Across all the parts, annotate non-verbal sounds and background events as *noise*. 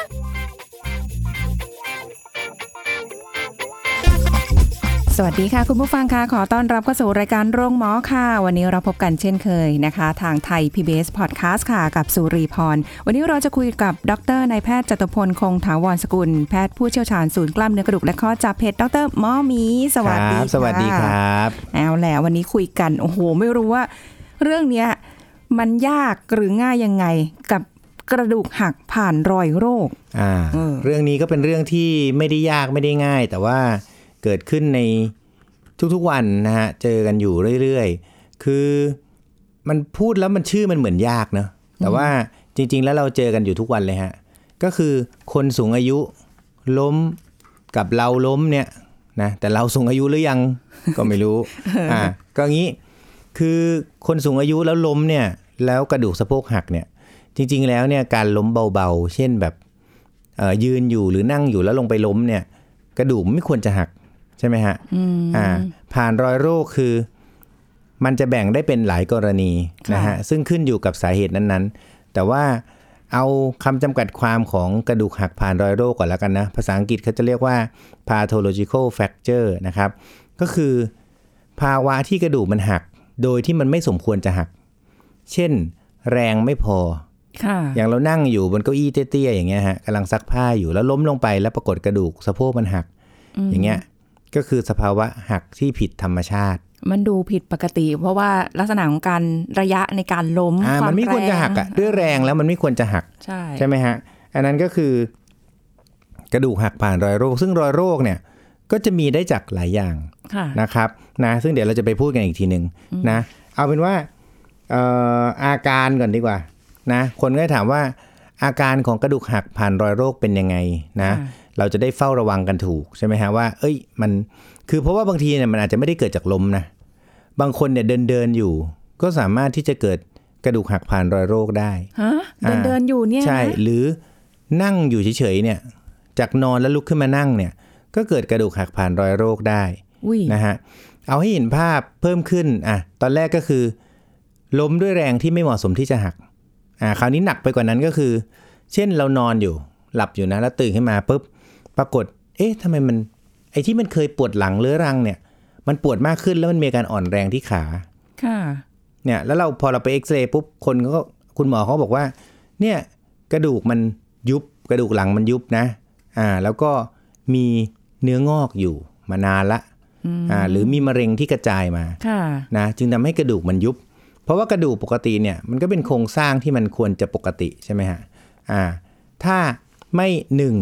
ล สวัสดีค่ะ คุณผู้ฟังค่ะ ขอต้อนรับเข้าสู่รายการโรงหมอค่ะ วันนี้เราพบกันเช่นเคยนะคะ ทางไทย PBS Podcast ค่ะ กับสุรีพร วันนี้เราจะคุยกับดรนายแพทย์จตุพลคงถาวรสกุล แพทย์ผู้เชี่ยวชาญศูนย์กล้ามเนื้อกระดูกและข้อจับเพชรดรหมอหมี สวัสดี ครับ ค่ะ สวัสดีครับ เอาแหละวันนี้คุยกัน โอ้โห ไม่รู้ว่า เรื่องเนี้ยมันยากหรือง่ายยังไงกับกระดูกหักผ่านรอยโรค อ่า อืม เรื่องนี้ก็เป็นเรื่องที่ไม่ได้ยากไม่ได้ง่าย แต่ว่าเกิดขึ้นในทุกๆวันนะฮะ เจอกันอยู่เรื่อยๆ คือมันพูดแล้วมันชื่อมันเหมือนยากเนอะแต่ว่าจริง ๆ แล้วเราเจอกันอยู่ทุกวันเลยฮะ ก็คือคนสูงอายุล้มกับเราล้มเนี่ยนะแต่เราสูงอายุหรือยังก็ไม่รู้ อ่าก็งี้ คือคนสูงอายุแล้วล้มเนี่ย แล้วกระดูกสะโพกหักเนี่ย จริง ๆ แล้วเนี่ยการล้มเบาๆ เช่นแบบ เอ่อยืนอยู่หรือนั่งอยู่แล้วลงไปล้มเนี่ย กระดูกไม่ควรจะหักใช่ไหมฮะอ่า ผ่านรอยโรคคือ มันจะแบ่งได้เป็นหลายกรณีนะฮะซึ่งขึ้นอยู่กับสาเหตุนั้นๆ แต่ว่าเอาคำจำกัดความของกระดูกหักผ่านรอยโรคก่อนแล้วกันนะ ภาษาอังกฤษเขาจะเรียกว่า pathological fracture นะครับ ก็คือ ภาวะที่กระดูกมันหัก โดยที่มันไม่สมควรจะหัก เช่น แรงไม่พอ ค่ะ อย่างเรานั่งอยู่บนเก้าอี้เตี้ยๆอย่างเงี้ยฮะกำลังซักผ้าอยู่แล้วล้มลงไปแล้วปรากฏกระดูกสะโพกมันหัก อย่างเงี้ยก็คือสภาวะหักที่ผิดธรรมชาติ มันดูผิดปกติ เพราะว่าลักษณะของการระยะในการล้ม อ่า ความ มันไม่ควรจะหักอ่ะด้วยแรงแล้วมันไม่ควรจะหัก ใช่ ใช่ไหมฮะ อันนั้นก็คือกระดูกหักผ่านรอยโรค ซึ่งรอยโรคเนี่ยก็จะมีได้จากหลายอย่าง ค่ะ นะครับนะซึ่งเดี๋ยวเราจะไปพูดกันอีกทีหนึ่งนะเอาเป็นว่าเอ่ออาการก่อนดีกว่านะคนก็จะถามว่าอาการของกระดูกหักผ่านรอยโรคเป็นยังไงนะ ค่ะ เราจะได้เฝ้าระวังกันถูกใช่ไหมฮะว่าเอ้ยมันคือเพราะว่าบางทีเนี่ยมันอาจจะไม่ได้เกิดจากลมนะบางคนเนี่ยเดินเดินๆอยู่ ก็สามารถที่จะเกิดกระดูกหักผ่านรอยโรคได้ ฮะเดิน อ่า เดินอยู่เนี่ยนะ ใช่หรือนั่งอยู่เฉยๆเนี่ยจากนอนแล้วลุกขึ้นมานั่งเนี่ยก็เกิดกระดูกหักผ่านรอยโรคได้ อุ้ย นะฮะเอาให้เห็นภาพเพิ่มขึ้นอ่ะตอนแรกก็คือ ล้มด้วยแรงที่ไม่เหมาะสมที่จะหักอ่าคราวนี้หนักไปกว่านั้นก็คือ เช่นเรานอนอยู่หลับอยู่นะแล้วตื่นขึ้นมาปุ๊บปรากฏ เอ๊ะทำไมมันไอ้ที่มันเคยปวดหลังเรื้อรังเนี่ย มันปวดมากขึ้นแล้วมันมีอาการอ่อนแรงที่ขา ค่ะ เนี่ยแล้วเราพอเราไปเอ็กซเรย์ปุ๊บคนก็คุณหมอเขาบอกว่าเนี่ยกระดูกมันยุบกระดูกหลังมันยุบนะอ่าแล้วก็มีเนื้องอกอยู่มานานละ อืม อ่าหรือมีมะเร็งที่กระจายมา ค่ะ นะจึงทำให้กระดูกมันยุบ เพราะว่ากระดูกปกติเนี่ยมันก็เป็นโครงสร้างที่มันควรจะปกติใช่ไหมฮะอ่าถ้าไม่หนึ่ง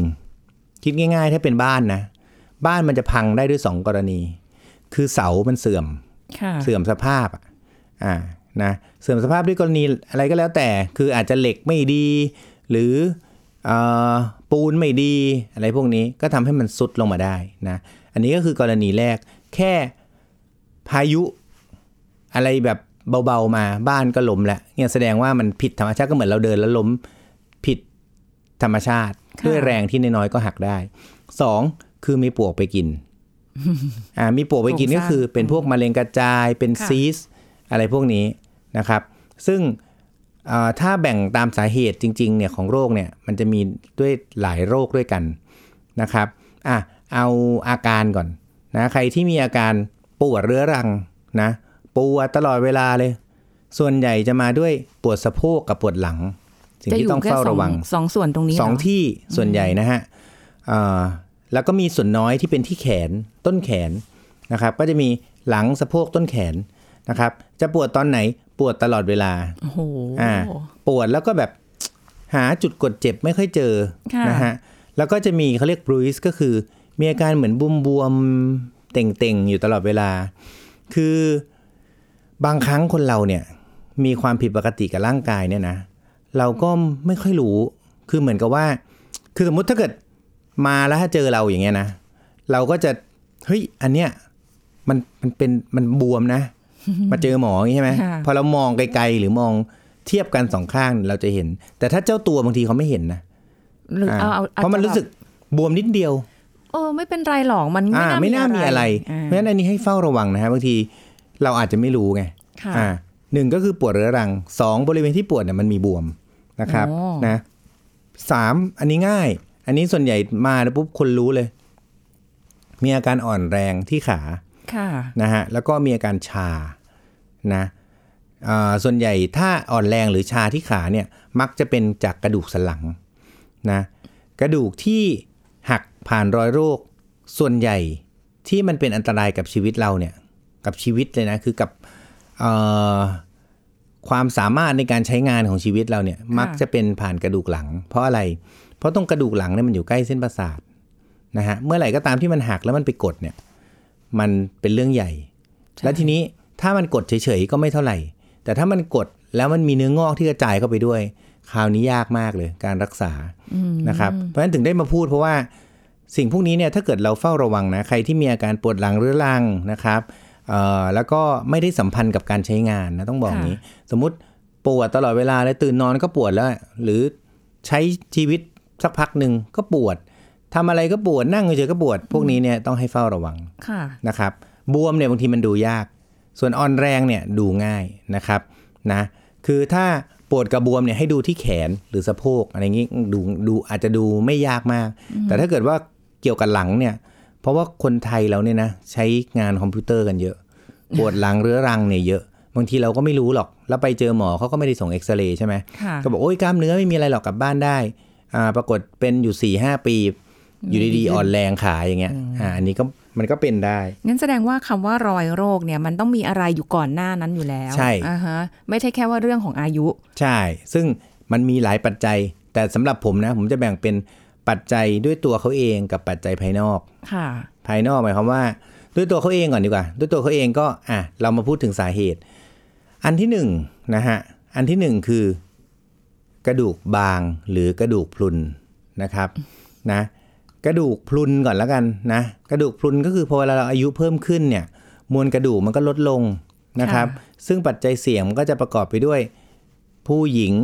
คิดง่าย ๆ ถ้าเป็นบ้านนะ บ้านมันจะพังได้ด้วยสองกรณี คือเสามันเสื่อม ค่ะ เสื่อมสภาพอะอ่า นะ เสื่อมสภาพด้วยกรณีอะไรก็แล้วแต่ คืออาจจะเหล็กไม่ดี หรือเออปูนไม่ดี อะไรพวกนี้ ก็ทำให้มันซุดลงมาได้นะ อันนี้ก็คือกรณีแรก แค่พายุอะไรแบบเบาๆมา บ้านก็ล้มแล้วเนี่ยแสดงว่ามันผิดธรรมชาติก็เหมือนเราเดินแล้วล้มผิดธรรมชาติ ะ ด้วยแรงที่น้อยๆก็หักได้สองคือมีปลวกไปกิน อ่ามีปลวกไปกิน โครง ก็คือ สร้าง เป็นพวกมะเร็งกระจายเป็น ค่ะ ซีสอะไรพวกนี้นะครับ ซึ่งเอ่อถ้าแบ่งตามสาเหตุจริงๆเนี่ยของโรคเนี่ยมันจะมีด้วยหลายโรคด้วยกันนะครับอ่ะเอาอาการก่อนนะใครที่มีอาการปวดเรื้อรังนะปวดตลอดเวลาเลย ส่วนใหญ่จะมาด้วยปวดสะโพกกับปวดหลัง สิ่ง จะอ ที่ ยู่ ต้อง แค่ เฝ้า สอ ระ ง วัง สองส่วนตรงนี้ สอง เหร ที่ส่วนใหญ่นะฮะเอ่อแล้วก็มีส่วนน้อยที่เป็นที่แขนต้นแขนนะครับ ก็จะมีหลังสะโพกต้นแขนนะครับ จะปวดตอนไหนปวดตลอดเวลา โอ้โห อ่าปวดแล้วก็แบบ หาจุดกดเจ็บไม่ค่อยเจอ ค่ะ นะฮะแล้วก็จะมีเขาเรียกบรูซก็คือ มีอาการเหมือนบวมบวมๆเต่งๆ อยู่ตลอดเวลา คือบางครั้งคนเราเนี่ย มีความผิดปกติกับร่างกายเนี่ยนะ เราก็ไม่ค่อยรู้ คือเหมือนกับว่า คือสมมติถ้าเกิด มาแล้วถ้าเจอเราอย่างเงี้ยนะเราก็จะเฮ้ยอันเนี้ยมันมันเป็นมันบวมนะ มาเจอหมออย่างงี้ใช่ไหม ค่ะ พอเรามองไกลๆหรือมองเทียบกันสองข้างเราจะเห็น แต่ถ้าเจ้าตัวบางทีเขาไม่เห็นนะ หรือเอา อ่า เอาอจจ เพราะมันรู้สึกบวมนิดเดียว โอ้ไม่เป็นไรหรอกมัน อ่าไม่ ไม่ น่า น่า มี มี อะไร เพราะฉะนั้น อ่า อันนี้ให้เฝ้าระวังนะฮะบางทีเราอาจจะไม่รู้ไง ค่ะ อ่าหนึ่งก็คือปวดเรื้อรังสองบริเวณที่ปวดเนี่ยมันมีบวมนะครับ โอ้ นะสามอันนี้ง่าย อันนี้ส่วนใหญ่มาแล้วปุ๊บคนรู้เลย มีอาการอ่อนแรงที่ขา ค่ะ นะฮะแล้วก็มีอาการชานะอ่าส่วนใหญ่ถ้าอ่อนแรงหรือชาที่ขาเนี่ยมักจะเป็นจากกระดูกสันหลังนะกระดูกที่หักผ่านรอยโรค ส่วนใหญ่ที่มันเป็นอันตรายกับชีวิตเราเนี่ยกับชีวิตเลยนะคือกับเอ่อความสามารถในการใช้งานของชีวิตเราเนี่ยมักจะเป็นผ่านกระดูกหลัง เพราะอะไร เพราะตรงกระดูกหลังเนี่ยมันอยู่ใกล้เส้นประสาทนะฮะเมื่อไหร่ก็ตามที่มันหักแล้วมันไปกดเนี่ยมันเป็นเรื่องใหญ่ ใช่ แล้วทีนี้ถ้ามันกดเฉยๆก็ไม่เท่าไหร่ แต่ถ้ามันกดแล้วมันมีเนื้องอกที่กระจายเข้าไปด้วย คราวนี้ยากมากเลยการรักษานะครับเพราะฉะนั้นถึงได้มาพูดเพราะว่า สิ่งพวกนี้เนี่ยถ้าเกิดเราเฝ้าระวังนะใครที่มีอาการปวดหลังเรื้อรังนะครับเอ่อแล้วก็ไม่ได้สัมพันธ์กับการใช้งานนะต้องบอกอย่างนี้ สมมติปวดตลอดเวลาเลยตื่นนอนก็ปวดแล้ว หรือใช้ชีวิตสักพักหนึ่งก็ปวดทำอะไรก็ปวดนั่งเฉยๆก็ปวด พวกนี้เนี่ยต้องให้เฝ้าระวัง ค่ะ นะครับบวมเนี่ยบางทีมันดูยาก ส่วนอ่อนแรงเนี่ยดูง่ายนะครับนะคือถ้าปวดกับบวมเนี่ยให้ดูที่แขนหรือสะโพกอะไรอย่างงี้ดูดูอาจจะดูไม่ยากมาก แต่ถ้าเกิดว่าเกี่ยวกับหลังเนี่ยเพราะว่าคนไทยเราเนี่ยนะใช้งานคอมพิวเตอร์กันเยอะ ปวดหลังเรื้อรังเนี่ยเยอะ บางทีเราก็ไม่รู้หรอก แล้วไปเจอหมอเขาก็ไม่ได้ส่งเอ็กซเรย์ใช่ไหม ค่ะ ก็บอกโอ้ยกล้ามเนื้อไม่มีอะไรหรอกกลับบ้านได้อ่าปรากฏเป็นอยู่4ี่ห้าปี อยู่ดีๆอ่อนแรงขาอย่างเงี้ยอ่าอันนี้ก็มันก็เป็นได้ งั้นแสดงว่าคำว่ารอยโรคเนี่ยมันต้องมีอะไรอยู่ก่อนหน้านั้นอยู่แล้ว ใช่ อ่าฮะ ไม่ใช่แค่ว่าเรื่องของอายุ ใช่ ซึ่งมันมีหลายปัจจัย แต่สำหรับผมนะ ผมจะแบ่งเป็นปัจจัยด้วยตัวเขาเองกับปัจจัยภายนอก ค่ะ ภายนอกหมายความว่า ด้วยตัวเขาเองก่อนดีกว่า ด้วยตัวเขาเองก็อ่ะเรามาพูดถึงสาเหตุ อันที่หนึ่งนะฮะอันที่หนึ่งคือกระดูกบางหรือกระดูกพรุนนะครับนะกระดูกพรุนก่อนแล้วกันนะกระดูกพรุนก็คือพอเวลาเราอายุเพิ่มขึ้นเนี่ยมวลกระดูกมันก็ลดลงนะครับ ค่ ซึ่งปัจจัยเสี่ยงมันก็จะประกอบไปด้วย ผู้หญิง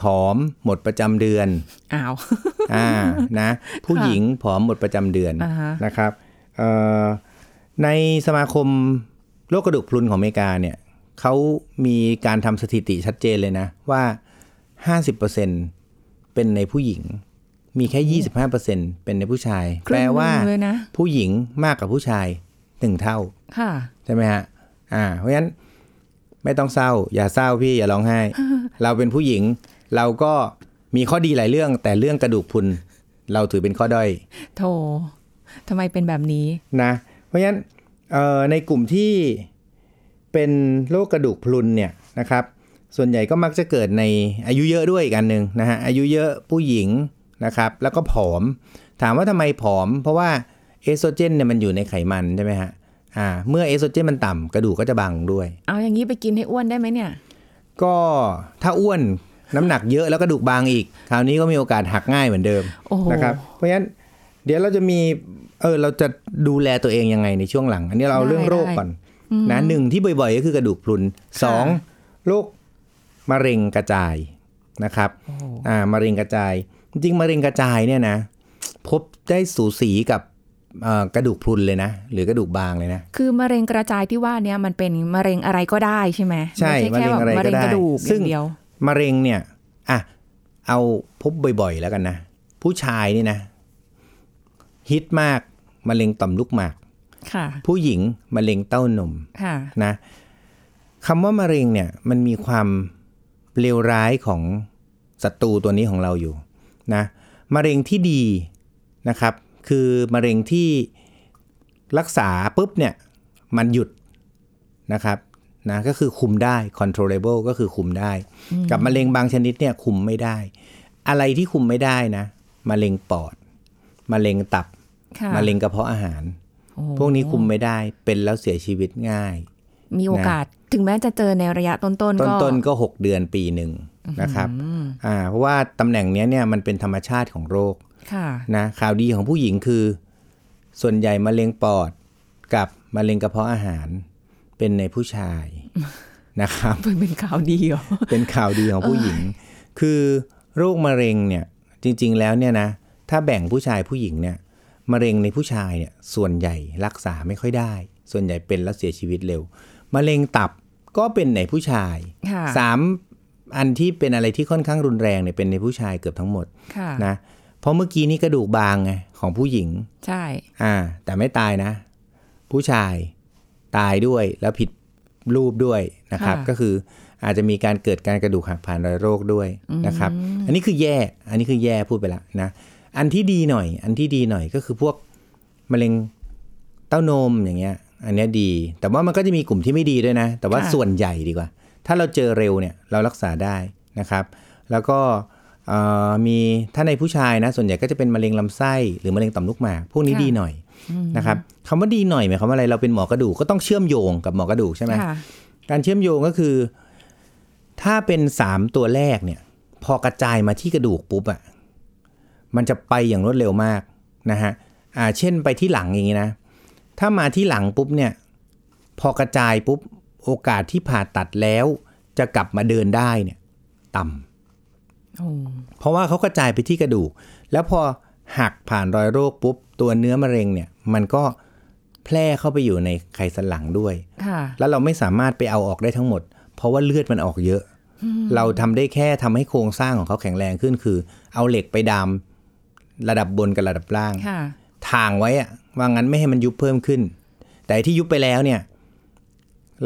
ผอมหมดประจำเดือน อ้าว อ่านะผู้หญิงผอมหมดประจำเดือน อ่าฮะ นะครับเอ่อในสมาคมโรคกระดูกพรุนของอเมริกาเนี่ยเขามีการทำสถิติชัดเจนเลยนะว่า 50%เป็นในผู้หญิง มีแค่ 25%เป็นในผู้ชาย ค แปล รึ่งหนึ่ง ว่า เลยนะ ผู้หญิงมากกว่าผู้ชายหนึ่งเท่า ค่ะ ใช่ไหมฮะ อ่า เพราะฉะนั้นไม่ต้องเศร้า อย่าเศร้าพี่อย่าร้องไห้ เราเป็นผู้หญิง เราก็มีข้อดีหลายเรื่อง แต่เรื่องกระดูกพรุนเราถือเป็นข้อด้อย โถทำไมเป็นแบบนี้ นะ เพราะฉะนั้นเอ่อในกลุ่มที่เป็นโรคกระดูกพรุนเนี่ยนะครับ ส่วนใหญ่ก็มักจะเกิดในอายุเยอะด้วยอีกอันหนึ่งนะฮะ อายุเยอะผู้หญิงนะครับ แล้วก็ผอม ถามว่าทำไมผอม เพราะว่าเอสโตรเจนเนี่ยมันอยู่ในไขมันใช่ไหมฮะ อ่า เมื่อเอสโตรเจนมันต่ำกระดูกก็จะบางลงด้วย เอาอย่างนี้ไปกินให้อ้วนได้ไหมเนี่ย ก็ถ้าอ้วนน้ำหนักเยอะแล้วก็ดูกบางอีก คราวนี้ก็มีโอกาสหักง่ายเหมือนเดิม โอ้โห นะครับเพราะฉะนั้นเดี๋ยวเราจะมีเออเราจะดูแลตัวเองยังไงในช่วงหลัง อันนี้เราเอา ได้ เรื่องโรค ได้ ก่อนนะหนึ่งที่บ่อยๆ ก็คือกระดูกพรุนสองโรคมะเร็งกระจายนะครับ โอ้โห อ่ามะเร็งกระจาย จริงๆมะเร็งกระจายเนี่ยนะ พบได้สูสีกับเอ่อกระดูกพรุนเลยนะ หรือกระดูกบางเลยนะ คือมะเร็งกระจายที่ว่าเนี่ยมันเป็นมะเร็งอะไรก็ได้ใช่ไหม ใช่ ไม่ใช่แค่แบบ มะ มะเร็เร็ง ง อะไรก็ได้ กระดูกอ ซึ่ ย่าง งเดียว มะเร็งเนี่ย อ่ะ เอาพบบ่อยๆ แล้วกันนะ ผู้ชายนี่นะ ฮิตมากมะเร็งต่อมลูกหมาก ค่ะ ผู้หญิงมะเร็งเต้านม ค่ะ นะคำว่ามะเร็งเนี่ย มันมีความเลวร้ายของศัตรูตัวนี้ของเราอยู่นะมะเร็งที่ดีนะครับ คือมะเร็งที่รักษาปุ๊บเนี่ย มันหยุดนะครับนะก็คือคุมได้ controllable ก็คือคุมได้ กับมะเร็งบางชนิดเนี่ยคุมไม่ได้ อะไรที่คุมไม่ได้นะมะเร็งปอดมะเร็งตับ ค่ะ มะเร็งกระเพาะอาหาร โอ้ พวกนี้คุมไม่ได้เป็นแล้วเสียชีวิตง่าย มีโอกาส ถึงแม้จะเจอในระยะต้นๆ ต้น ก็ ๆก็ 6 เดือนปีหนึ่งนะครับอ่าเพราะว่าตำแหน่งเนี้ยเนี่ยมันเป็นธรรมชาติของโรค ค่ะ *laughs* นะข่าวดีของผู้หญิงคือ ส่วนใหญ่มะเร็งปอดกับมะเร็งกระเพาะอาหารเป็นในผู้ชายนะครับ เพิ่งเป็นข่าวดีเหรอ เป็นข่าวดีของผู้หญิง คือโรคมะเร็งเนี่ยจริง ๆ แล้วเนี่ยนะ ถ้าแบ่งผู้ชายผู้หญิงเนี่ยมะเร็งในผู้ชายเนี่ยส่วนใหญ่รักษาไม่ค่อยได้ ส่วนใหญ่เป็นแล้วเสียชีวิตเร็วมะเร็งตับก็เป็นในผู้ชาย ค่ะ สามอันที่เป็นอะไรที่ค่อนข้างรุนแรงเนี่ยเป็นในผู้ชายเกือบทั้งหมด ค่ะ นะเพราะเมื่อกี้นี่กระดูกบางไงของผู้หญิง ใช่ อ่า แต่ไม่ตายนะ ผู้ชายตายด้วยแล้วผิดรูปด้วยนะครับ ค่ะ ก็คืออาจจะมีการเกิดการกระดูกหักผ่านรอยโรคด้วยนะครับ อันนี้คือแย่ อันนี้คือแย่พูดไปละนะอันที่ดีหน่อย อันที่ดีหน่อยก็คือพวกมะเร็งเต้านมอย่างเงี้ย อันเนี้ยดี แต่ว่ามันก็จะมีกลุ่มที่ไม่ดีด้วยนะ แต่ว่า ค่ะ ส่วนใหญ่ดีกว่า ถ้าเราเจอเร็วเนี่ยเรารักษาได้นะครับ แล้วก็เอ่อมีถ้าในผู้ชายนะ ส่วนใหญ่ก็จะเป็นมะเร็งลำไส้หรือมะเร็งต่อมลูกหมากพวกนี้ ค่ะ ดีหน่อยนะครับคำว่าดีหน่อยหมายความว่าอะไรเราเป็นหมอกระดูกก็ต้องเชื่อมโยงกับหมอกระดูกใช่ไหม ค่ะ การเชื่อมโยงก็คือ ถ้าเป็นสามตัวแรกเนี่ย พอกระจายมาที่กระดูกปุ๊บอะ่ะมันจะไปอย่างรวดเร็วมากนะฮะอ่าเช่นไปที่หลังอย่างนี้นะ ถ้ามาที่หลังปุ๊บเนี่ย พอกระจายปุ๊บโอกาสที่ผ่าตัดแล้ว จะกลับมาเดินได้เนี่ย ต่ำ โอ้ เพราะว่าเขากระจายไปที่กระดูก แล้วพอหักผ่านรอยโรคปุ๊บ ตัวเนื้อมะเร็งเนี่ย มันก็แพร่เข้าไปอยู่ในไขสันหลังด้วย ค่ะ แล้วเราไม่สามารถไปเอาออกได้ทั้งหมด เพราะว่าเลือดมันออกเยอะ เราทำได้แค่ทำให้โครงสร้างของเขาแข็งแรงขึ้นคือ เอาเหล็กไปดามระดับบนกับระดับล่าง ค่ะ ทางไว้อะว่างั้นไม่ให้มันยุบเพิ่มขึ้น แต่ที่ยุบไปแล้วเนี่ย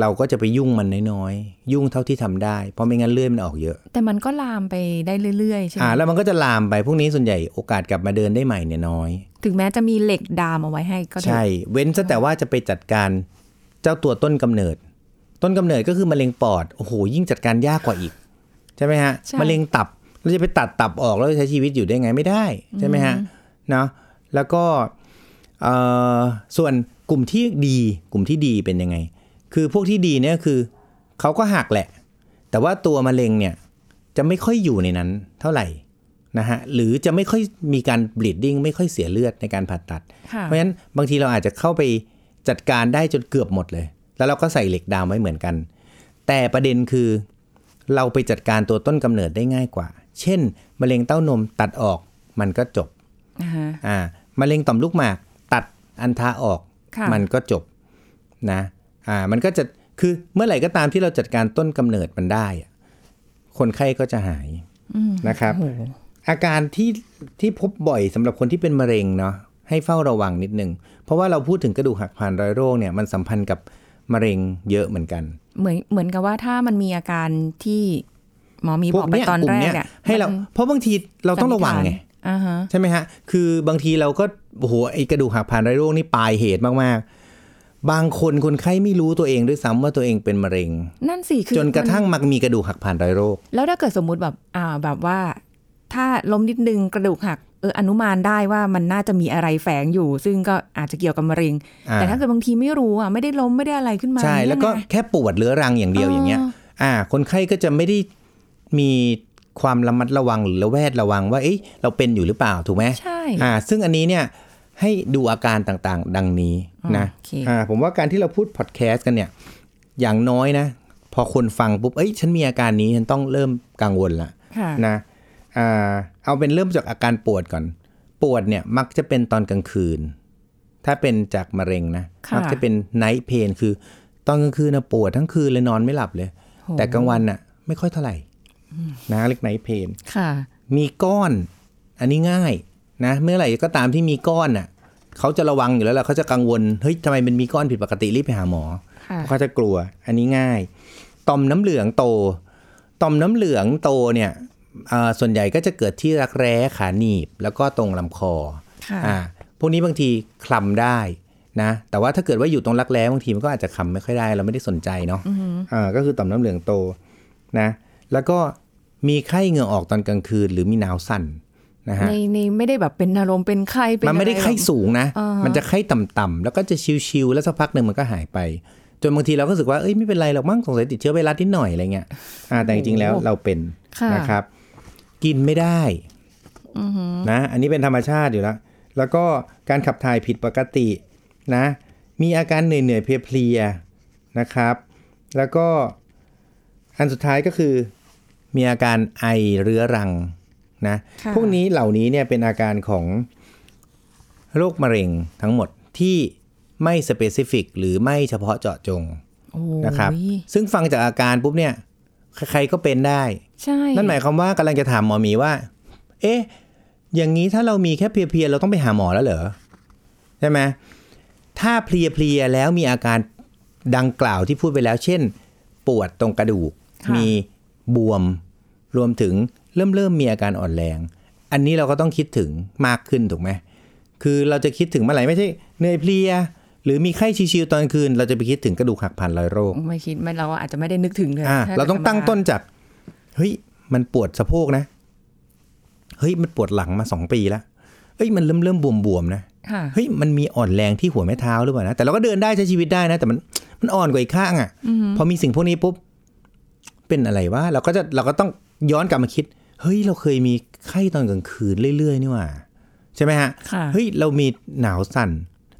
เราก็จะไปยุ่งมันน้อยๆยุ่งเท่าที่ทำได้ เพราะไม่งั้นเลือดมันออกเยอะ แต่มันก็ลามไปได้เรื่อยๆ ใช่ไหม อ่าแล้วมันก็จะลามไปพวกนี้ส่วนใหญ่โอกาสกลับมาเดินได้ใหม่เนี่ยน้อย ถึงแม้จะมีเหล็กดามเอาไว้ให้ก็เถอะ ใช่ เว้นซะแต่ว่าจะไปจัดการเจ้าตัวต้นกำเนิด ต้นกำเนิดก็คือมะเร็งปอดโอ้โหยิ่งจัดการยากกว่าอีก ใช่ไหมฮะมะเร็งตับเราจะไปตัดตับออกแล้วใช้ชีวิตอยู่ได้ไงไม่ได้ใช่ไหมฮะเนาะแล้วก็เอ่อส่วนกลุ่มที่ดีกลุ่มที่ดีเป็นยังไง คือพวกที่ดีเนี่ยคือเขาก็หักแหละ แต่ว่าตัวมะเร็งเนี่ยจะไม่ค่อยอยู่ในนั้นเท่าไหร่นะฮะหรือจะไม่ค่อยมีการ bleeding ไม่ค่อยเสียเลือดในการผ่าตัด ค่ะ เพราะฉะนั้นบางทีเราอาจจะเข้าไปจัดการได้จนเกือบหมดเลย แล้วเราก็ใส่เหล็กดามไว้เหมือนกัน แต่ประเด็นคือ เราไปจัดการตัวต้นกำเนิดได้ง่ายกว่า เช่นมะเร็งเต้านมตัดออกมันก็จบ อ่าฮะ อ่ามะเร็งต่อมลูกหมาก ตัดอันทาออก ค่ะ มันก็จบนะอ่ามันก็จะคือเมื่อไหร่ก็ตามที่เราจัดการต้นกำเนิดมันได้อะคนไข้ก็จะหายนะครับ โอ้โห อาการที่ที่พบบ่อยสำหรับคนที่เป็นมะเร็งเนาะให้เฝ้าระวังนิดนึง เพราะว่าเราพูดถึงกระดูกหักผ่านรอยโรคเนี่ยมันสัมพันธ์กับมะเร็งเยอะเหมือนกัน เหมือนเหมือนกับว่าถ้ามันมีอาการที่หมอมีบอกไป เนี้ย ตอน กลุ่ แรกมเนี้ย เนี่ย ให้เรา มัน เพราะบางทีเราต้องระวังไง สันนิษฐานอ่าฮะ ใช่ไหมฮะ คือบางทีเราก็ โอ้โห ไอกระดูกหักผ่านไรอยโรคนี่ปลายเหตุมาก ๆ บางคนคนไข้ไม่รู้ตัวเองด้วยซ้ำว่าตัวเองเป็นมะเร็ง นั่นสิคือ จนกระทั่ง มั มันมีกระดูกหักผ่านไรอยโรค นแล้วถ้าเกิดสมมุติแบบอ่าแบบว่า ถ้าล้มนิดนึงกระดูกหักเอออนุมานได้ว่ามันน่าจะมีอะไรแฝงอยู่ ซึ่งก็อาจจะเกี่ยวกับมะเร็ง อ่า แต่ถ้าเกิดบางทีไม่รู้อ่ะไม่ได้ล้มไม่ได้อะไรขึ้นมา ใช่ แล้วก็ เนี่ยนะ แค่ปวดเรื้อรังอย่างเดียว อ๋อ อ อ ย่างเงี้ย อ่า คนไข้ก็จะไม่ได้มีความระมัดระวังหรือระแวดระวังว่า เอ๊ะเราเป็นอยู่หรือเปล่า ถูกไหม ใช่ อ่า ซึ่งอันนี้เนี่ยให้ดูอาการต่างๆ ดังนี้นะ โอเค อ่า ผมว่าการที่เราพูดพอดแคสต์กันเนี่ย อย่างน้อยนะ พอคนฟังปุ๊บ เอ้ย ฉันมีอาการนี้ ฉันต้องเริ่มกังวลละ ค่ะ นะอ่าเอาเป็นเริ่มจากอาการปวดก่อน ปวดเนี่ยมักจะเป็นตอนกลางคืน ถ้าเป็นจากมะเร็งนะ ค่ะ มัจะเป็น night pain คือ ตอนกลางคืนนะปวดทั้งคืนเลยนอนไม่หลับเลย แต่กลางวันน่ะไม่ค่อยเท่าไหร่นะเรียก night pain ค่ะ มีก้อน อันนี้ง่ายนะเมื่อไหร่ก็ตามที่มีก้อนน่ะเขาจะระวังอยู่แล้วล่ะเขาจะกังวลเฮ้ยทำไมมันมีก้อนผิดปกติรีบไปหาหมอ ค่ะ เขาจะกลัว อันนี้ง่าย ต่อมน้ำเหลืองโต ต่อมน้ำเหลืองโตเนี่ยเอ่อส่วนใหญ่ก็จะเกิดที่รักแร้ขาหนีบ แล้วก็ตรงลำคอ ค่ะ อ่าพวกนี้บางทีคลำได้นะ แต่ว่าถ้าเกิดว่าอยู่ตรงรักแร้บางทีมันก็อาจจะคลำไม่ค่อยได้ เราไม่ได้สนใจเนาะอ่าก็คือต่อมน้ำเหลืองโตนะ แล้วก็มีไข้เหงื่อออกตอนกลางคืน หรือมีหนาวสั่นนะฮะ ในในไม่ได้แบบเป็นอารมณ์เป็นไข้เป็น มันไม่ได้ อะรหรอก ไข้สูงนะ อ่าฮะ มันจะไข้ต่ำๆ แล้วก็จะชิวๆ แล้วสักพักหนึ่งมันก็หายไป จนบางทีเราก็รู้สึกว่า เอ้ยไม่เป็นไรหรอกมั้ง สงสัยติดเชื้อไวรัสนิดหน่อยอะไรเงี้ย อ่า แต่จริงๆ แล้วเราเป็น ค่ะ นะครับ กินไม่ได้ อือหือ นะอันนี้เป็นธรรมชาติอยู่แล้ว แล้วก็การขับถ่ายผิดปกตินะ มีอาการเหนื่อยเหนื่อยๆเพลียๆนะครับ แล้วก็อันสุดท้ายก็คือ มีอาการไอเรื้อรังนะ ค่ะ พวกนี้เหล่านี้เนี่ยเป็นอาการของโรคมะเร็งทั้งหมดที่ไม่สเปซิฟิกหรือไม่เฉพาะเจาะจง โอ้ นะครับ ย ซึ่งฟังจากอาการปุ๊บเนี่ยใครๆก็เป็นได้ ใช่ นั่นหมายความว่ากำลังจะถามหมอหมีว่า เอ๊ะ อย่างนี้ถ้าเรามีแค่เพลียๆ เราต้องไปหาหมอแล้วเหรอ ใช่ไหม ถ้าเพลียๆ แล้วมีอาการดังกล่าวที่พูดไปแล้ว เช่น ปวดตรงกระดูก ะ มีบวม รวมถึงเริ่มเริ่มมีอาการอ่อนแรง อันนี้เราก็ต้องคิดถึงมากขึ้นถูกไหม คือเราจะคิดถึงเมื่อไหร่ไม่ใช่เหนื่อยเพลีย หรือมีไข้ชิวๆตอนคืน เราจะไปคิดถึงกระดูกหักผ่านรอยโรค ไม่คิดไม่เราอาจจะไม่ได้นึกถึงเลย อ่ะ ถ้ เราต้องตั้งต้นจาก เฮ้ย มันปวดสะโพกนะ เฮ้ย มันปวดหลังมาสองปีแล้วเอ้ย มันเริ่มเริ่มบวมบวมๆนะ ค่ะ เฮ้ย มันมีอ่อนแรงที่หัวแม่เท้าหรือเปล่านะ แต่เราก็เดินได้ใช้ชีวิตได้นะ แต่มัน มันอ่อนกว่าอีกข้างอะ่ะ พอมีสิ่งพวกนี้ปุ๊บ เป็นอะไรวะ เราก็จะ เราก็ต้องย้อนกลับมาคิด เฮ้ย เราเคยมีไข้ตอนกลางคืนเรื่อยๆนี่หว่า ใช่ไหมฮะ ค่ะ เฮ้ย เรามีหนาวสั่น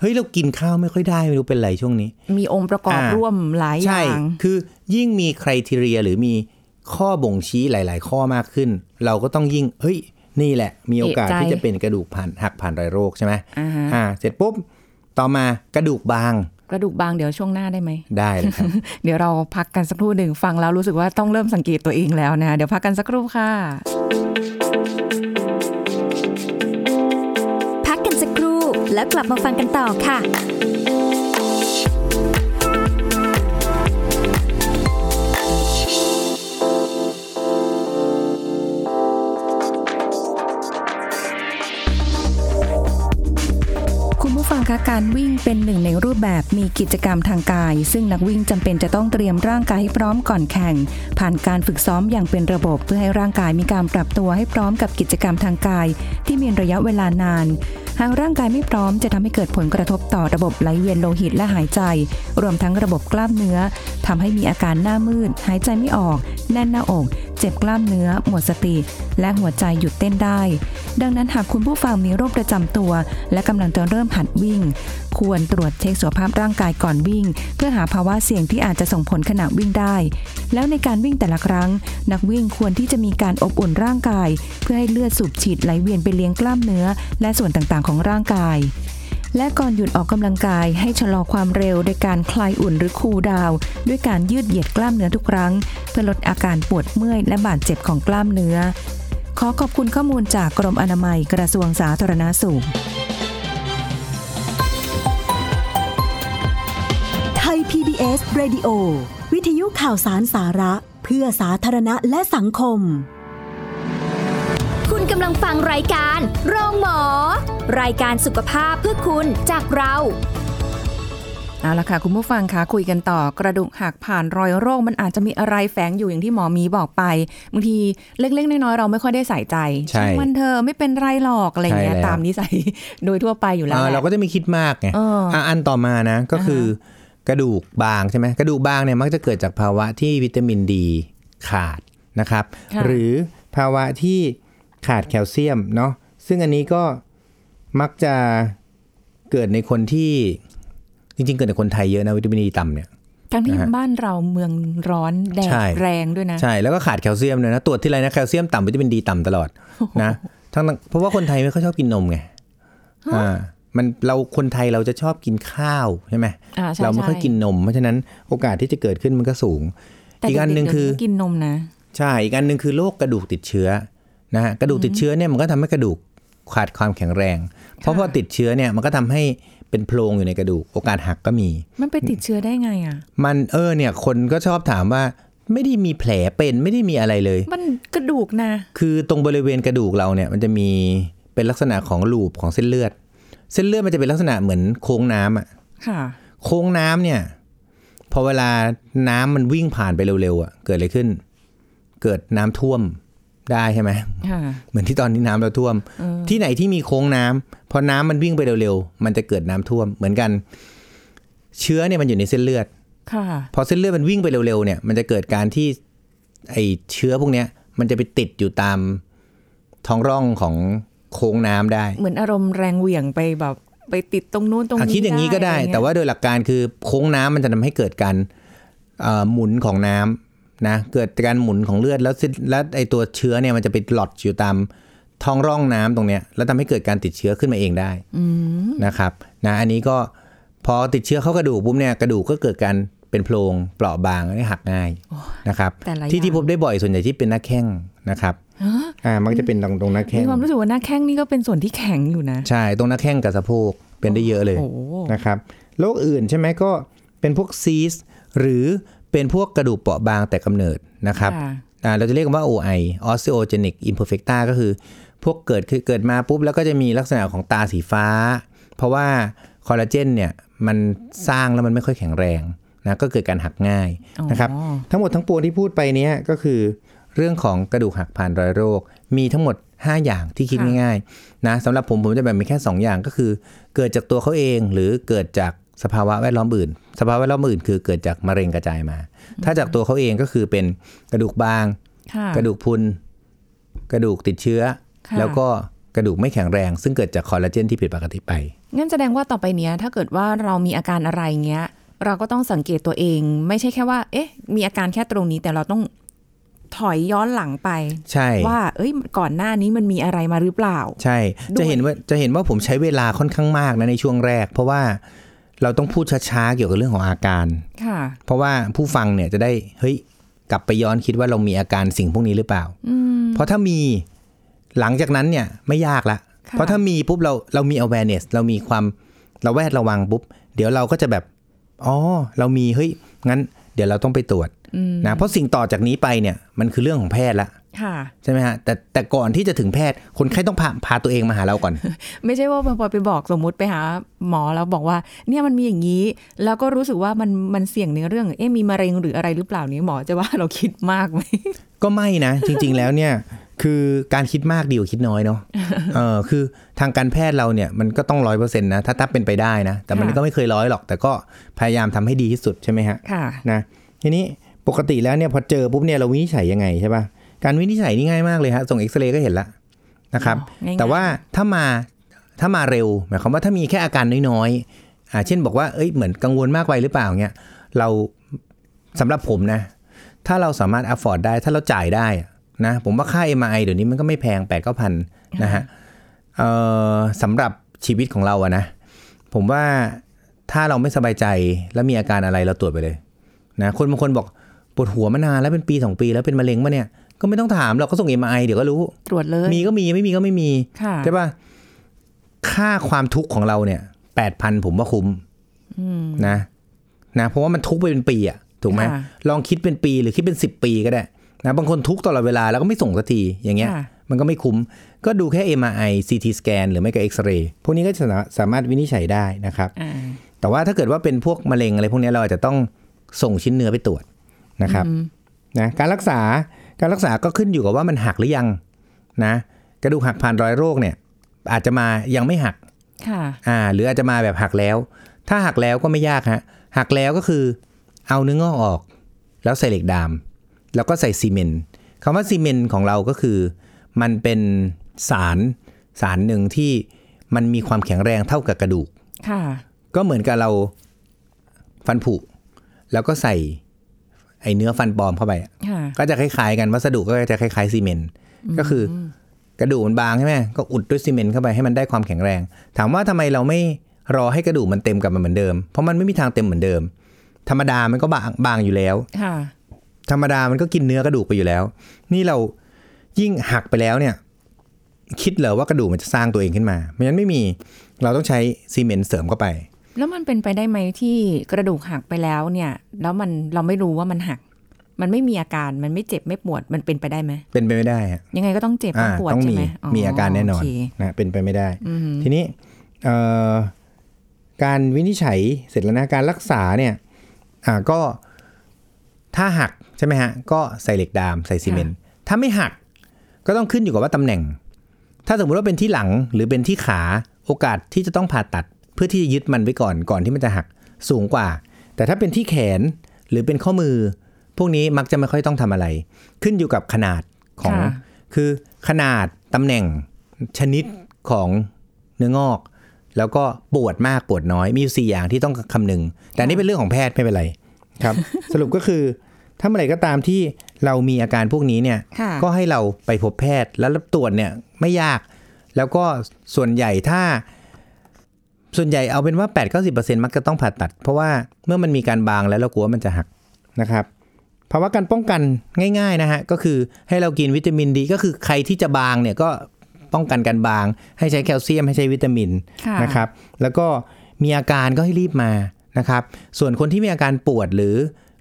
เฮ้ย เรากินข้าวไม่ค่อยได้ไม่รู้เป็นไรช่วงนี้ มีองค์ประกอบ อ่า ร่วมหลายอ ใช่ ย่าง คือยิ่งมีใครทีเรียหรือมีข้อบ่งชี้หลาย ๆ ข้อมากขึ้น เราก็ต้องยิ่ง เฮ้ย นี่แหละ มีโอกาส เอะใจ ที่จะเป็นกระดูกผ่านหักผ่านรอยโรคใช่ไหม อ่าฮะ อ่า เสร็จปุ๊บ ต่อมากระดูกบาง กระดูกบางเดี๋ยวช่วงหน้าได้ไหม ได้เลยครับ เดี๋ยวเราพักกันสักครู่หนึ่งฟังแล้วรู้สึกว่าต้องเริ่มสังเกตตัวเองแล้วนะ เดี๋ยวพักกันสักครู่ค่ะ พักกันสักครู่แล้วกลับมาฟังกันต่อค่ะ คุณผู้ฟังคะการวิ่งเป็นหนึ่งในรูปแบบมีกิจกรรมทางกาย ซึ่งนักวิ่งจำเป็นจะต้องเตรียมร่างกายให้พร้อมก่อนแข่ง ผ่านการฝึกซ้อมอย่างเป็นระบบเพื่อให้ร่างกายมีการปรับตัวให้พร้อมกับกิจกรรมทางกาย ที่มีระยะเวลานาน หากร่างกายไม่พร้อมจะทำให้เกิดผลกระทบต่อระบบไหลเวียนโลหิตและหายใจ รวมทั้งระบบกล้ามเนื้อทำให้มีอาการหน้ามืด หายใจไม่ออก แน่นหน้าอก เจ็บกล้ามเนื้อ หมดสติ และหัวใจหยุดเต้นได้ ดังนั้นหากคุณผู้ฟังมีโรคประจำตัว และกำลังจะเริ่มหัดวิ่ง ควรตรวจเช็คสุขภาพร่างกายก่อนวิ่ง เพื่อหาภาวะเสี่ยงที่อาจจะส่งผลขณะวิ่งได้ แล้วในการวิ่งแต่ละครั้ง นักวิ่งควรที่จะมีการอบอุ่นร่างกาย เพื่อให้เลือดสูบฉีดไหลเวียนไปเลี้ยงกล้ามเนื้อ และส่วนต่างๆ ของร่างกาย และก่อนหยุดออกกำลังกายให้ชะลอความเร็วโดยการคลายอุ่นหรือคูลดาวน์ด้วยการยืดเหยียดกล้ามเนื้อทุกครั้ง เพื่อลดอาการปวดเมื่อยและบาดเจ็บของกล้ามเนื้อ ขอขอบคุณข้อมูลจากกรมอนามัยกระทรวงสาธารณาสุข ไทย PBS Radio วิทยุข่าวสารสาระ เพื่อสาธารณะและสังคม คุณกำลังฟังรายการโรงหมอ รายการสุขภาพเพื่อคุณจากเรา เอาละค่ะ คุณผู้ฟังคะคุยกันต่อกระดูกหักผ่านรอยโรค มันอาจจะมีอะไรแฝงอยู่อย่างที่หมอหมีบอกไปบางทีเล็กๆน้อยๆเราไม่ค่อยได้ใส่ใจ ใช่ างมันเธอะไม่เป็นไรหรอกอะไรอย่างเงี้ย ใช่แล้ว ตามนิสัย โดยทั่วไปอยู่แล้ว อ่า แหละ เราก็จะไม่คิดมากไง เอออ่ ะอันต่อมานะ ก็คือ กระดูกบางใช่ไหมกระดูกบางเนี่ยมักจะเกิดจากภาวะที่วิตามินดีขาดนะครับ ค่ะ หรือภาวะที่ขาดแคลเซียมเนาะซึ่งอันนี้ก็มักจะเกิดในคนที่จริงๆ เกิดในคนไทยเยอะนะวิตามินดีต่ำเนี่ย ทั้งที่ นะฮะ บ้านเราเมืองร้อนแดด ใช่ แรงด้วยนะ ใช่แล้วก็ขาดแคลเซียมเลยนะตรวจที่ไรนะแคลเซียมต่ำวิตามินดีต่ำตลอดนะทั้งนั้นเพราะว่าคนไทยไม่ค่อยชอบกินนมไงอ่ามันเราคนไทยเราจะชอบกินข้าวใช่ไหม อ่าใช่ เราไม่ค่อย ใช่ กินนม เพราะฉะนั้นโอกาสที่จะเกิดขึ้นมันก็สูง แต่ อีกอันหนึ่ง เด็ๆ คือ เดี๋ยวกินนมนะ ใช่อีกอันหนึ่งคือโรคกระดูกติดเชื้อนะฮะกระดูกติดเชื้อเนี่ยมันก็ทำให้กระดูกขาดความแข็งแรง เพราะพอติดเชื้อเนี่ยมันก็ทำให้เป็นโพรงอยู่ในกระดูกโอกาสหักก็มี มันไปติดเชื้อได้ไงอ่ะ มันเออเนี่ยคนก็ชอบถามว่าไม่ได้มีแผลเป็นไม่ได้มีอะไรเลย มันกระดูกนะ คือตรงบริเวณกระดูกเราเนี่ยมันจะมีเป็นลักษณะของลูปของเส้นเลือด เส้นเลือดมันจะเป็นลักษณะเหมือนโค้งน้ำอะ ค่ะ โค้งน้ำเนี่ย พอเวลาน้ำมันวิ่งผ่านไปเร็วๆอะเกิดอะไรขึ้น เกิดน้ำท่วมได้ใช่ไหม ค่ะ เหมือนที่ตอนนี้น้ำเราท่วม ที่ไหนที่มีโค้งน้ำพอน้ำมันวิ่งไปเร็วๆมันจะเกิดน้ำท่วม เหมือนกัน เชื้อเนี่ยมันอยู่ในเส้นเลือด ค่ะ พอเส้นเลือดมันวิ่งไปเร็วๆเนี่ยมันจะเกิดการที่ไอเชื้อพวกเนี้ย มันจะไปติดอยู่ตาม ท้องร่องของโค้งน้ำได้ เหมือนอารมณ์แรงเหวี่ยงไปแบบไปติดตรงนู้นตรง อ่ะ นี้ คิดอย่างนี้ก็ได้ อะรเย แต่ว่าโดยหลักการคือโค้งน้ำมันจะทำให้เกิดการเอ่อหมุนของน้ำนะเกิดการหมุนของเลือดแล้วซิแล้วไอตัวเชื้อเนี่ยมันจะไปหลอดอยู่ตามท้องร่องน้ำตรงเนี้ยแล้วทำให้เกิดการติดเชื้อขึ้นมาเองได้นะครับนะอันนี้ก็พอติดเชื้อเข้ากระดูกปุ๊บเนี่ยกระดูกก็เกิดการเป็นโพรงเปราะบางและหักง่ายนะครับ แต่ละ ที่ที่ อ พ ย่าง บได้บ่อยส่วนใหญ่ที่เป็นหน้าแข้งนะครับอ่ามันก็จะเป็นตรงตรงหน้าแข้ มี ง ความรู้สึกว่าหน้าแข้งนี่ก็เป็นส่วนที่แข็งอยู่นะ ใช่ตรงหน้าแข้งกับสะโพกเป็นได้เยอะเลย โอ้โห นะครับโรคอื่นใช่ไหมก็เป็นพวกซีสหรือเป็นพวกกระดูกเปราะบางแต่กำเนิดนะครับ ค่ะ อ่าเราจะเรียกกันว่า OI osteogenic imperfecta ก็คือ พวกเกิดคือเกิดมาปุ๊บ แล้วก็จะมีลักษณะของตาสีฟ้า เพราะว่าคอลลาเจนเนี่ยมันสร้างแล้วมันไม่ค่อยแข็งแรงนะก็เกิดการหักง่ายนะครับ อ๋อ ทั้งหมดทั้งปวงที่พูดไปเนี้ยก็คือเรื่องของกระดูกหักผ่านรอยโรค มีทั้งหมด 5 อย่างที่คิด ค่ะ ง่ายๆนะสำหรับผมผมจะแบ่งเป็นแค่ 2 อย่างก็คือ เกิดจากตัวเขาเองหรือเกิดจากสภาวะแวดล้อมอื่น สภาวะแวดล้อมอื่นคือเกิดจากมะเร็งกระจายมา ถ้าจากตัวเขาเองก็คือเป็นกระดูกบาง ค่ะ กระดูกพรุนกระดูกติดเชื้อ ค่ะ แล้วก็กระดูกไม่แข็งแรง ซึ่งเกิดจากคอลลาเจนที่ผิดปกติไป งั้นแสดงว่าต่อไปเนี้ยถ้าเกิดว่าเรามีอาการอะไรเงี้ย เราก็ต้องสังเกตตัวเอง ไม่ใช่แค่ว่า เอ๊ะ มีอาการแค่ตรงนี้แต่เราต้องถอยย้อนหลังไป ใช่ ว่า เอ้ย ก่อนหน้านี้มันมีอะไรมาหรือเปล่า ใช่ ด้วย จะเห็นว่าจะเห็นว่าผมใช้เวลาค่อนข้างมากนะในช่วงแรก เพราะว่าเราต้องพูดช้าๆเกี่ยวกับเรื่องของอาการ ค่ะ เพราะว่าผู้ฟังเนี่ยจะได้เฮ้ยกลับไปย้อนคิดว่าเรามีอาการสิ่งพวกนี้หรือเปล่า เพราะถ้ามีหลังจากนั้นเนี่ยไม่ยากละ ค่ะ เพราะถ้ามีปุ๊บเราเรามี awareness เรามีความเราแวดระวังปุ๊บ เดี๋ยวเราก็จะแบบ อ๋อ เรามีเฮ้ยงั้น เดี๋ยวเราต้องไปตรวจนะเพราะสิ่งต่อจากนี้ไปเนี่ยมันคือเรื่องของแพทย์ละ ค่ะ ใช่ไหมฮะแต่แต่ก่อนที่จะถึงแพทย์คนไข้ต้องพาพาตัวเองมาหาเราก่อน *laughs* ไม่ใช่ว่า *laughs* พอไปบอกสมมุติไปหาหมอแล้วบอกว่า เนี่ยมันมีอย่างนี้ แล้วก็รู้สึกว่ามันมันเสี่ยงในเรื่อง เอ๊ะ มีมะเร็งหรืออะไรหรือเปล่านี้หมอจะว่าเราคิดมากไหม ก็ไม่นะ จริง ๆ แล้วเนี่ยคือการคิดมากดีกว่าคิดน้อยเนาะ *laughs* เออคือทางการแพทย์เราเนี่ยมันก็ต้องร้อยเปอร์เซ็นต์นะถ้าถ้าเป็นไปได้นะ แต่มัน ค่ะ ก็ไม่เคยร้อยหรอก แต่ก็พยายามทำให้ดีที่สุดใช่ไหมฮะ ค่ะ นะทีนี้ปกติแล้วเนี่ยพอเจอปุ๊บเนี่ยเราวินิจฉัยยังไงใช่ป่ะการวินิจฉัยนี่ง่ายมากเลยฮะส่งเอ็กซเรย์ก็เห็นละนะครับ อ๋อง่ายๆ แต่ว่าถ้ามาถ้ามาเร็วหมายความว่าถ้ามีแค่อาการน้อยๆอ่าเช่นบอกว่าเอ้ยเหมือนกังวลมากไปหรือเปล่าเนี่ยเราสำหรับผมนะ ถ้าเราสามารถ afford ได้ ถ้าเราจ่ายได้อะนะ ผมว่าค่า MRI เดี๋ยวนี้มันก็ไม่แพง8ปดเก้าพันนะฮะเอ่อสำหรับชีวิตของเราอะนะ ผมว่าถ้าเราไม่สบายใจแล้วมีอาการอะไรเราตรวจไปเลยนะคนบางคนบอกปวดหัวมานานแล้วเป็นปี 2 ปีแล้วเป็นมะเร็งมาเนี่ยก็ไม่ต้องถามเราก็ส่ง MRI เดี๋ยวก็รู้ ตรวจเลย มีก็มีไม่มีก็ไม่มี ค่ะ ใช่ป่ะค่าความทุกข์ของเราเนี่ยแปดพันผมว่าคุ้มนะนะ เพราะว่ามันทุกข์ไปเป็นปีอะถูกไหม ค่ะ ลองคิดเป็นปีหรือคิดเป็นสิบปีก็ได้นะบางคนทุกข์ตลอดเวลาแล้วก็ไม่ส่งสักทีอย่างเงี้ย ค่ะ มันก็ไม่คุ้ม ก็ดูแค่ MRI CT scan หรือไม่ก็ X-ray พวกนี้ก็จะสามารถวินิจฉัยได้นะครับ อ่า แต่ว่าถ้าเกิดว่าเป็นพวกมะเร็งอะไรพวกเนี้ยเราอาจจะต้องส่งชิ้นเนื้อไปตรวจนะครับนะการรักษาการรักษาก็ขึ้นอยู่กับว่ามันหักหรือยังนะกระดูกหักผ่านรอยโรคเนี่ย อาจจะมายังไม่หัก ค่ะ อ่าหรืออาจจะมาแบบหักแล้ว ถ้าหักแล้วก็ไม่ยากฮะหักแล้วก็คือเอาเนื้องอกออก แล้วใส่เหล็กดาม แล้วก็ใส่ซีเมนต์คำว่าซีเมนต์ของเราก็คือ มันเป็นสารสารหนึ่งที่มันมีความแข็งแรงเท่ากับกระดูก ค่ะ ก็เหมือนกับเราฟันผุ แล้วก็ใส่ไอ้เนื้อฟันปลอมเข้าไปอะ ค่ะ ก็จะคล้ายๆ กันวัสดุก็จะคล้ายๆซีเมนต์ก็คือกระดูกมันบางใช่ไหมก็อุดด้วยซีเมนต์เข้าไปให้มันได้ความแข็งแรง ถามว่าทำไมเราไม่รอให้กระดูกมันเต็มกลับมาเหมือนเดิม เพราะมันไม่มีทางเต็มเหมือนเดิม ธรรมดามันก็บางบางอยู่แล้ว ค่ะ ธรรมดามันก็กินเนื้อกระดูกไปอยู่แล้ว นี่เรายิ่งหักไปแล้วเนี่ย คิดเหรอว่ากระดูกมันจะสร้างตัวเองขึ้นมาไม่งั้นไม่มีเราต้องใช้ซีเมนต์เสริมเข้าไป แล้วมันเป็นไปได้ไหมที่กระดูกหักไปแล้วเนี่ย แล้วมันเราไม่รู้ว่ามันหัก มันไม่มีอาการมันไม่เจ็บไม่ปวดมันเป็นไปได้ไหม เป็นไปไม่ได้ฮะ ยังไงก็ต้องเจ็บต้องปวด ต้อง ใช่ มี ไหม มีอาการแน่นอน โเค นะเป็นไปไม่ได้ ทีนี้เอ่อการวินิจฉัยเสร็จแล้วนะการรักษาเนี่ยอ่าก็ถ้าหักใช่ไหมฮะก็ใส่เหล็กดามใส่ซีเมนต์ถ้าไม่หักก็ต้องขึ้นอยู่กับว่าตำแหน่ง ถ้าสมมติว่าเป็นที่หลังหรือเป็นที่ขาโอกาสที่จะต้องผ่าตัด เพื่อที่จะยึดมันไว้ก่อนก่อนที่มันจะหักสูงกว่า แต่ถ้าเป็นที่แขนหรือเป็นข้อมือ พวกนี้มักจะไม่ค่อยต้องทำอะไร ขึ้นอยู่กับขนาดของ ค่ะ คือขนาด ตำแหน่งชนิดของเนื้องอก แล้วก็ปวดมากปวดน้อยมีอยู่สี่อย่างที่ต้องคำนึง แต่อันนี่เป็นเรื่องของแพทย์ไม่เป็นไร *laughs* ครับ สรุปก็คือถ้าเมื่อไหร่ก็ตามที่เรามีอาการพวกนี้เนี่ย ค่ะ ก็ให้เราไปพบแพทย์แล้วรับตรวจเนี่ยไม่ยาก แล้วก็ส่วนใหญ่ถ้า ส่วนใหญ่เอาเป็นว่า 8 9 0 มักจะต้องผ่าตัด เพราะว่าเมื่อมันมีการบางแล้วเรากลัวมันจะหักนะครับภาวะการป้องกันง่าย ๆนะฮะก็คือให้เรากินวิตามินดี ก็คือใครที่จะบางเนี่ยก็ป้องกันการบาง ให้ใช้แคลเซียมให้ใช้วิตามิน ค่ะ นะครับแล้วก็มีอาการก็ให้รีบมานะครับ ส่วนคนที่มีอาการปวดหรือ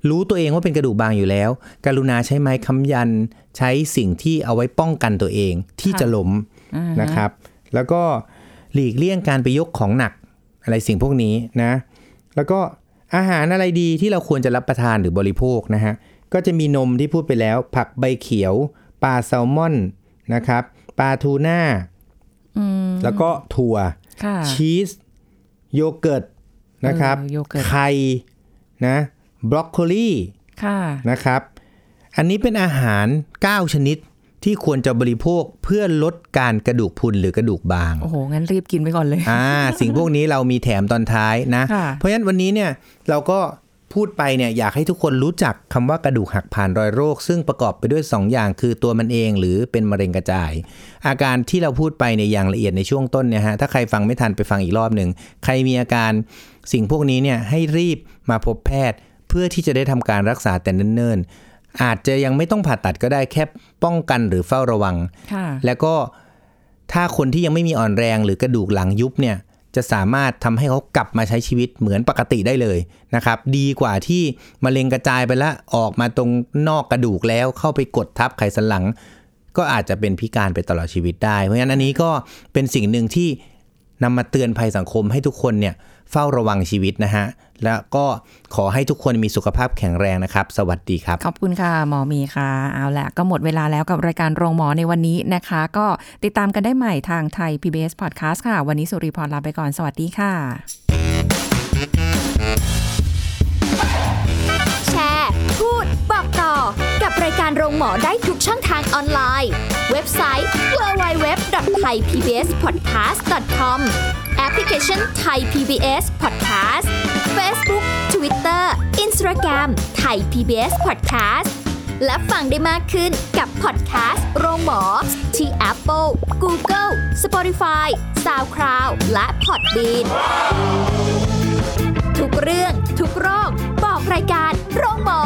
รู้ตัวเองว่าเป็นกระดูกบางอยู่แล้ว กรุณาใช้ไม้ค้ำยัน ใช้สิ่งที่เอาไว้ป้องกันตัวเองที่จะล้ม อ่า นะครับ แล้วก็หลีกเลี่ยงการไปยกของหนักอะไรสิ่งพวกนี้นะ แล้วก็อาหารอะไรดีที่เราควรจะรับประทานหรือบริโภคนะฮะ ก็จะมีนมที่พูดไปแล้ว ผักใบเขียวปลาแซลมอนนะครับปลาทูน่า อืม แล้วก็ถั่ว ค่ะ ชีสโยเกิร์ตนะครับ เออโยเกิร์ต ไข่นะบรอกโคลี ค่ะ นะครับ อันนี้เป็นอาหาร 9 ชนิดที่ควรจะบริโภคเพื่อลดการกระดูกพรุนหรือกระดูกบาง โอ้โห งั้นรีบกินไปก่อนเลย อ่า สิ่งพวกนี้เรามีแถมตอนท้ายนะ ค่ะ เพราะฉะนั้นวันนี้เนี่ยเราก็พูดไปเนี่ยอยากให้ทุกคนรู้จักคำว่ากระดูกหักผ่านรอยโรค ซึ่งประกอบไปด้วย 2 อย่างคือตัวมันเองหรือเป็นมะเร็งกระจาย อาการที่เราพูดไปในยอย่างละเอียดในช่วงต้นเนี่ยฮะถ้าใครฟังไม่ทันไปฟังอีกรอบหนึ่งใครมีอาการสิ่งพวกนี้เนี่ยให้รีบมาพบแพทย์ เพื่อที่จะได้ทำการรักษาแต่เนิ่นๆอาจจะยังไม่ต้องผ่าตัดก็ได้แค่ป้องกันหรือเฝ้าระวัง ค่ะ แล้วก็ถ้าคนที่ยังไม่มีอ่อนแรงหรือกระดูกหลังยุบเนี่ยจะสามารถทำให้เขากลับมาใช้ชีวิตเหมือนปกติได้เลยนะครับ ดีกว่าที่มะเร็งกระจายไปแล้วออกมาตรงนอกกระดูกแล้วเข้าไปกดทับไขสันหลัง ก็อาจจะเป็นพิการไปตลอดชีวิตได้ เพราะฉะนั้นอันนี้ก็เป็นสิ่งหนึ่งที่นำมาเตือนภัยสังคมให้ทุกคนเนี่ยเฝ้าระวังชีวิตนะฮะแล้วก็ขอให้ทุกคนมีสุขภาพแข็งแรงนะครับ สวัสดีครับ ขอบคุณค่ะ หมอมีค่ะ เอาละก็หมดเวลาแล้วกับรายการโรงหมอในวันนี้นะคะ ก็ติดตามกันได้ใหม่ทางไทย PBS Podcast ค่ะ วันนี้สุริพรลาไปก่อน สวัสดีค่ะ แชร์ พูด บอกต่อกับรายการโรงหมอได้ทุกช่องทางออนไลน์ เว็บไซต์ www.thaipbspodcast.com แอปพลิเคชัน Thai PBS Podcast Facebook Twitter Instagram Thai PBS Podcast และฟังได้มากขึ้นกับพอดแคสต์โรงหมอ ที่ Apple, Google, Spotify, SoundCloud และ Podbean ทุกเรื่องทุกโรค บอกรายการโรงหมอ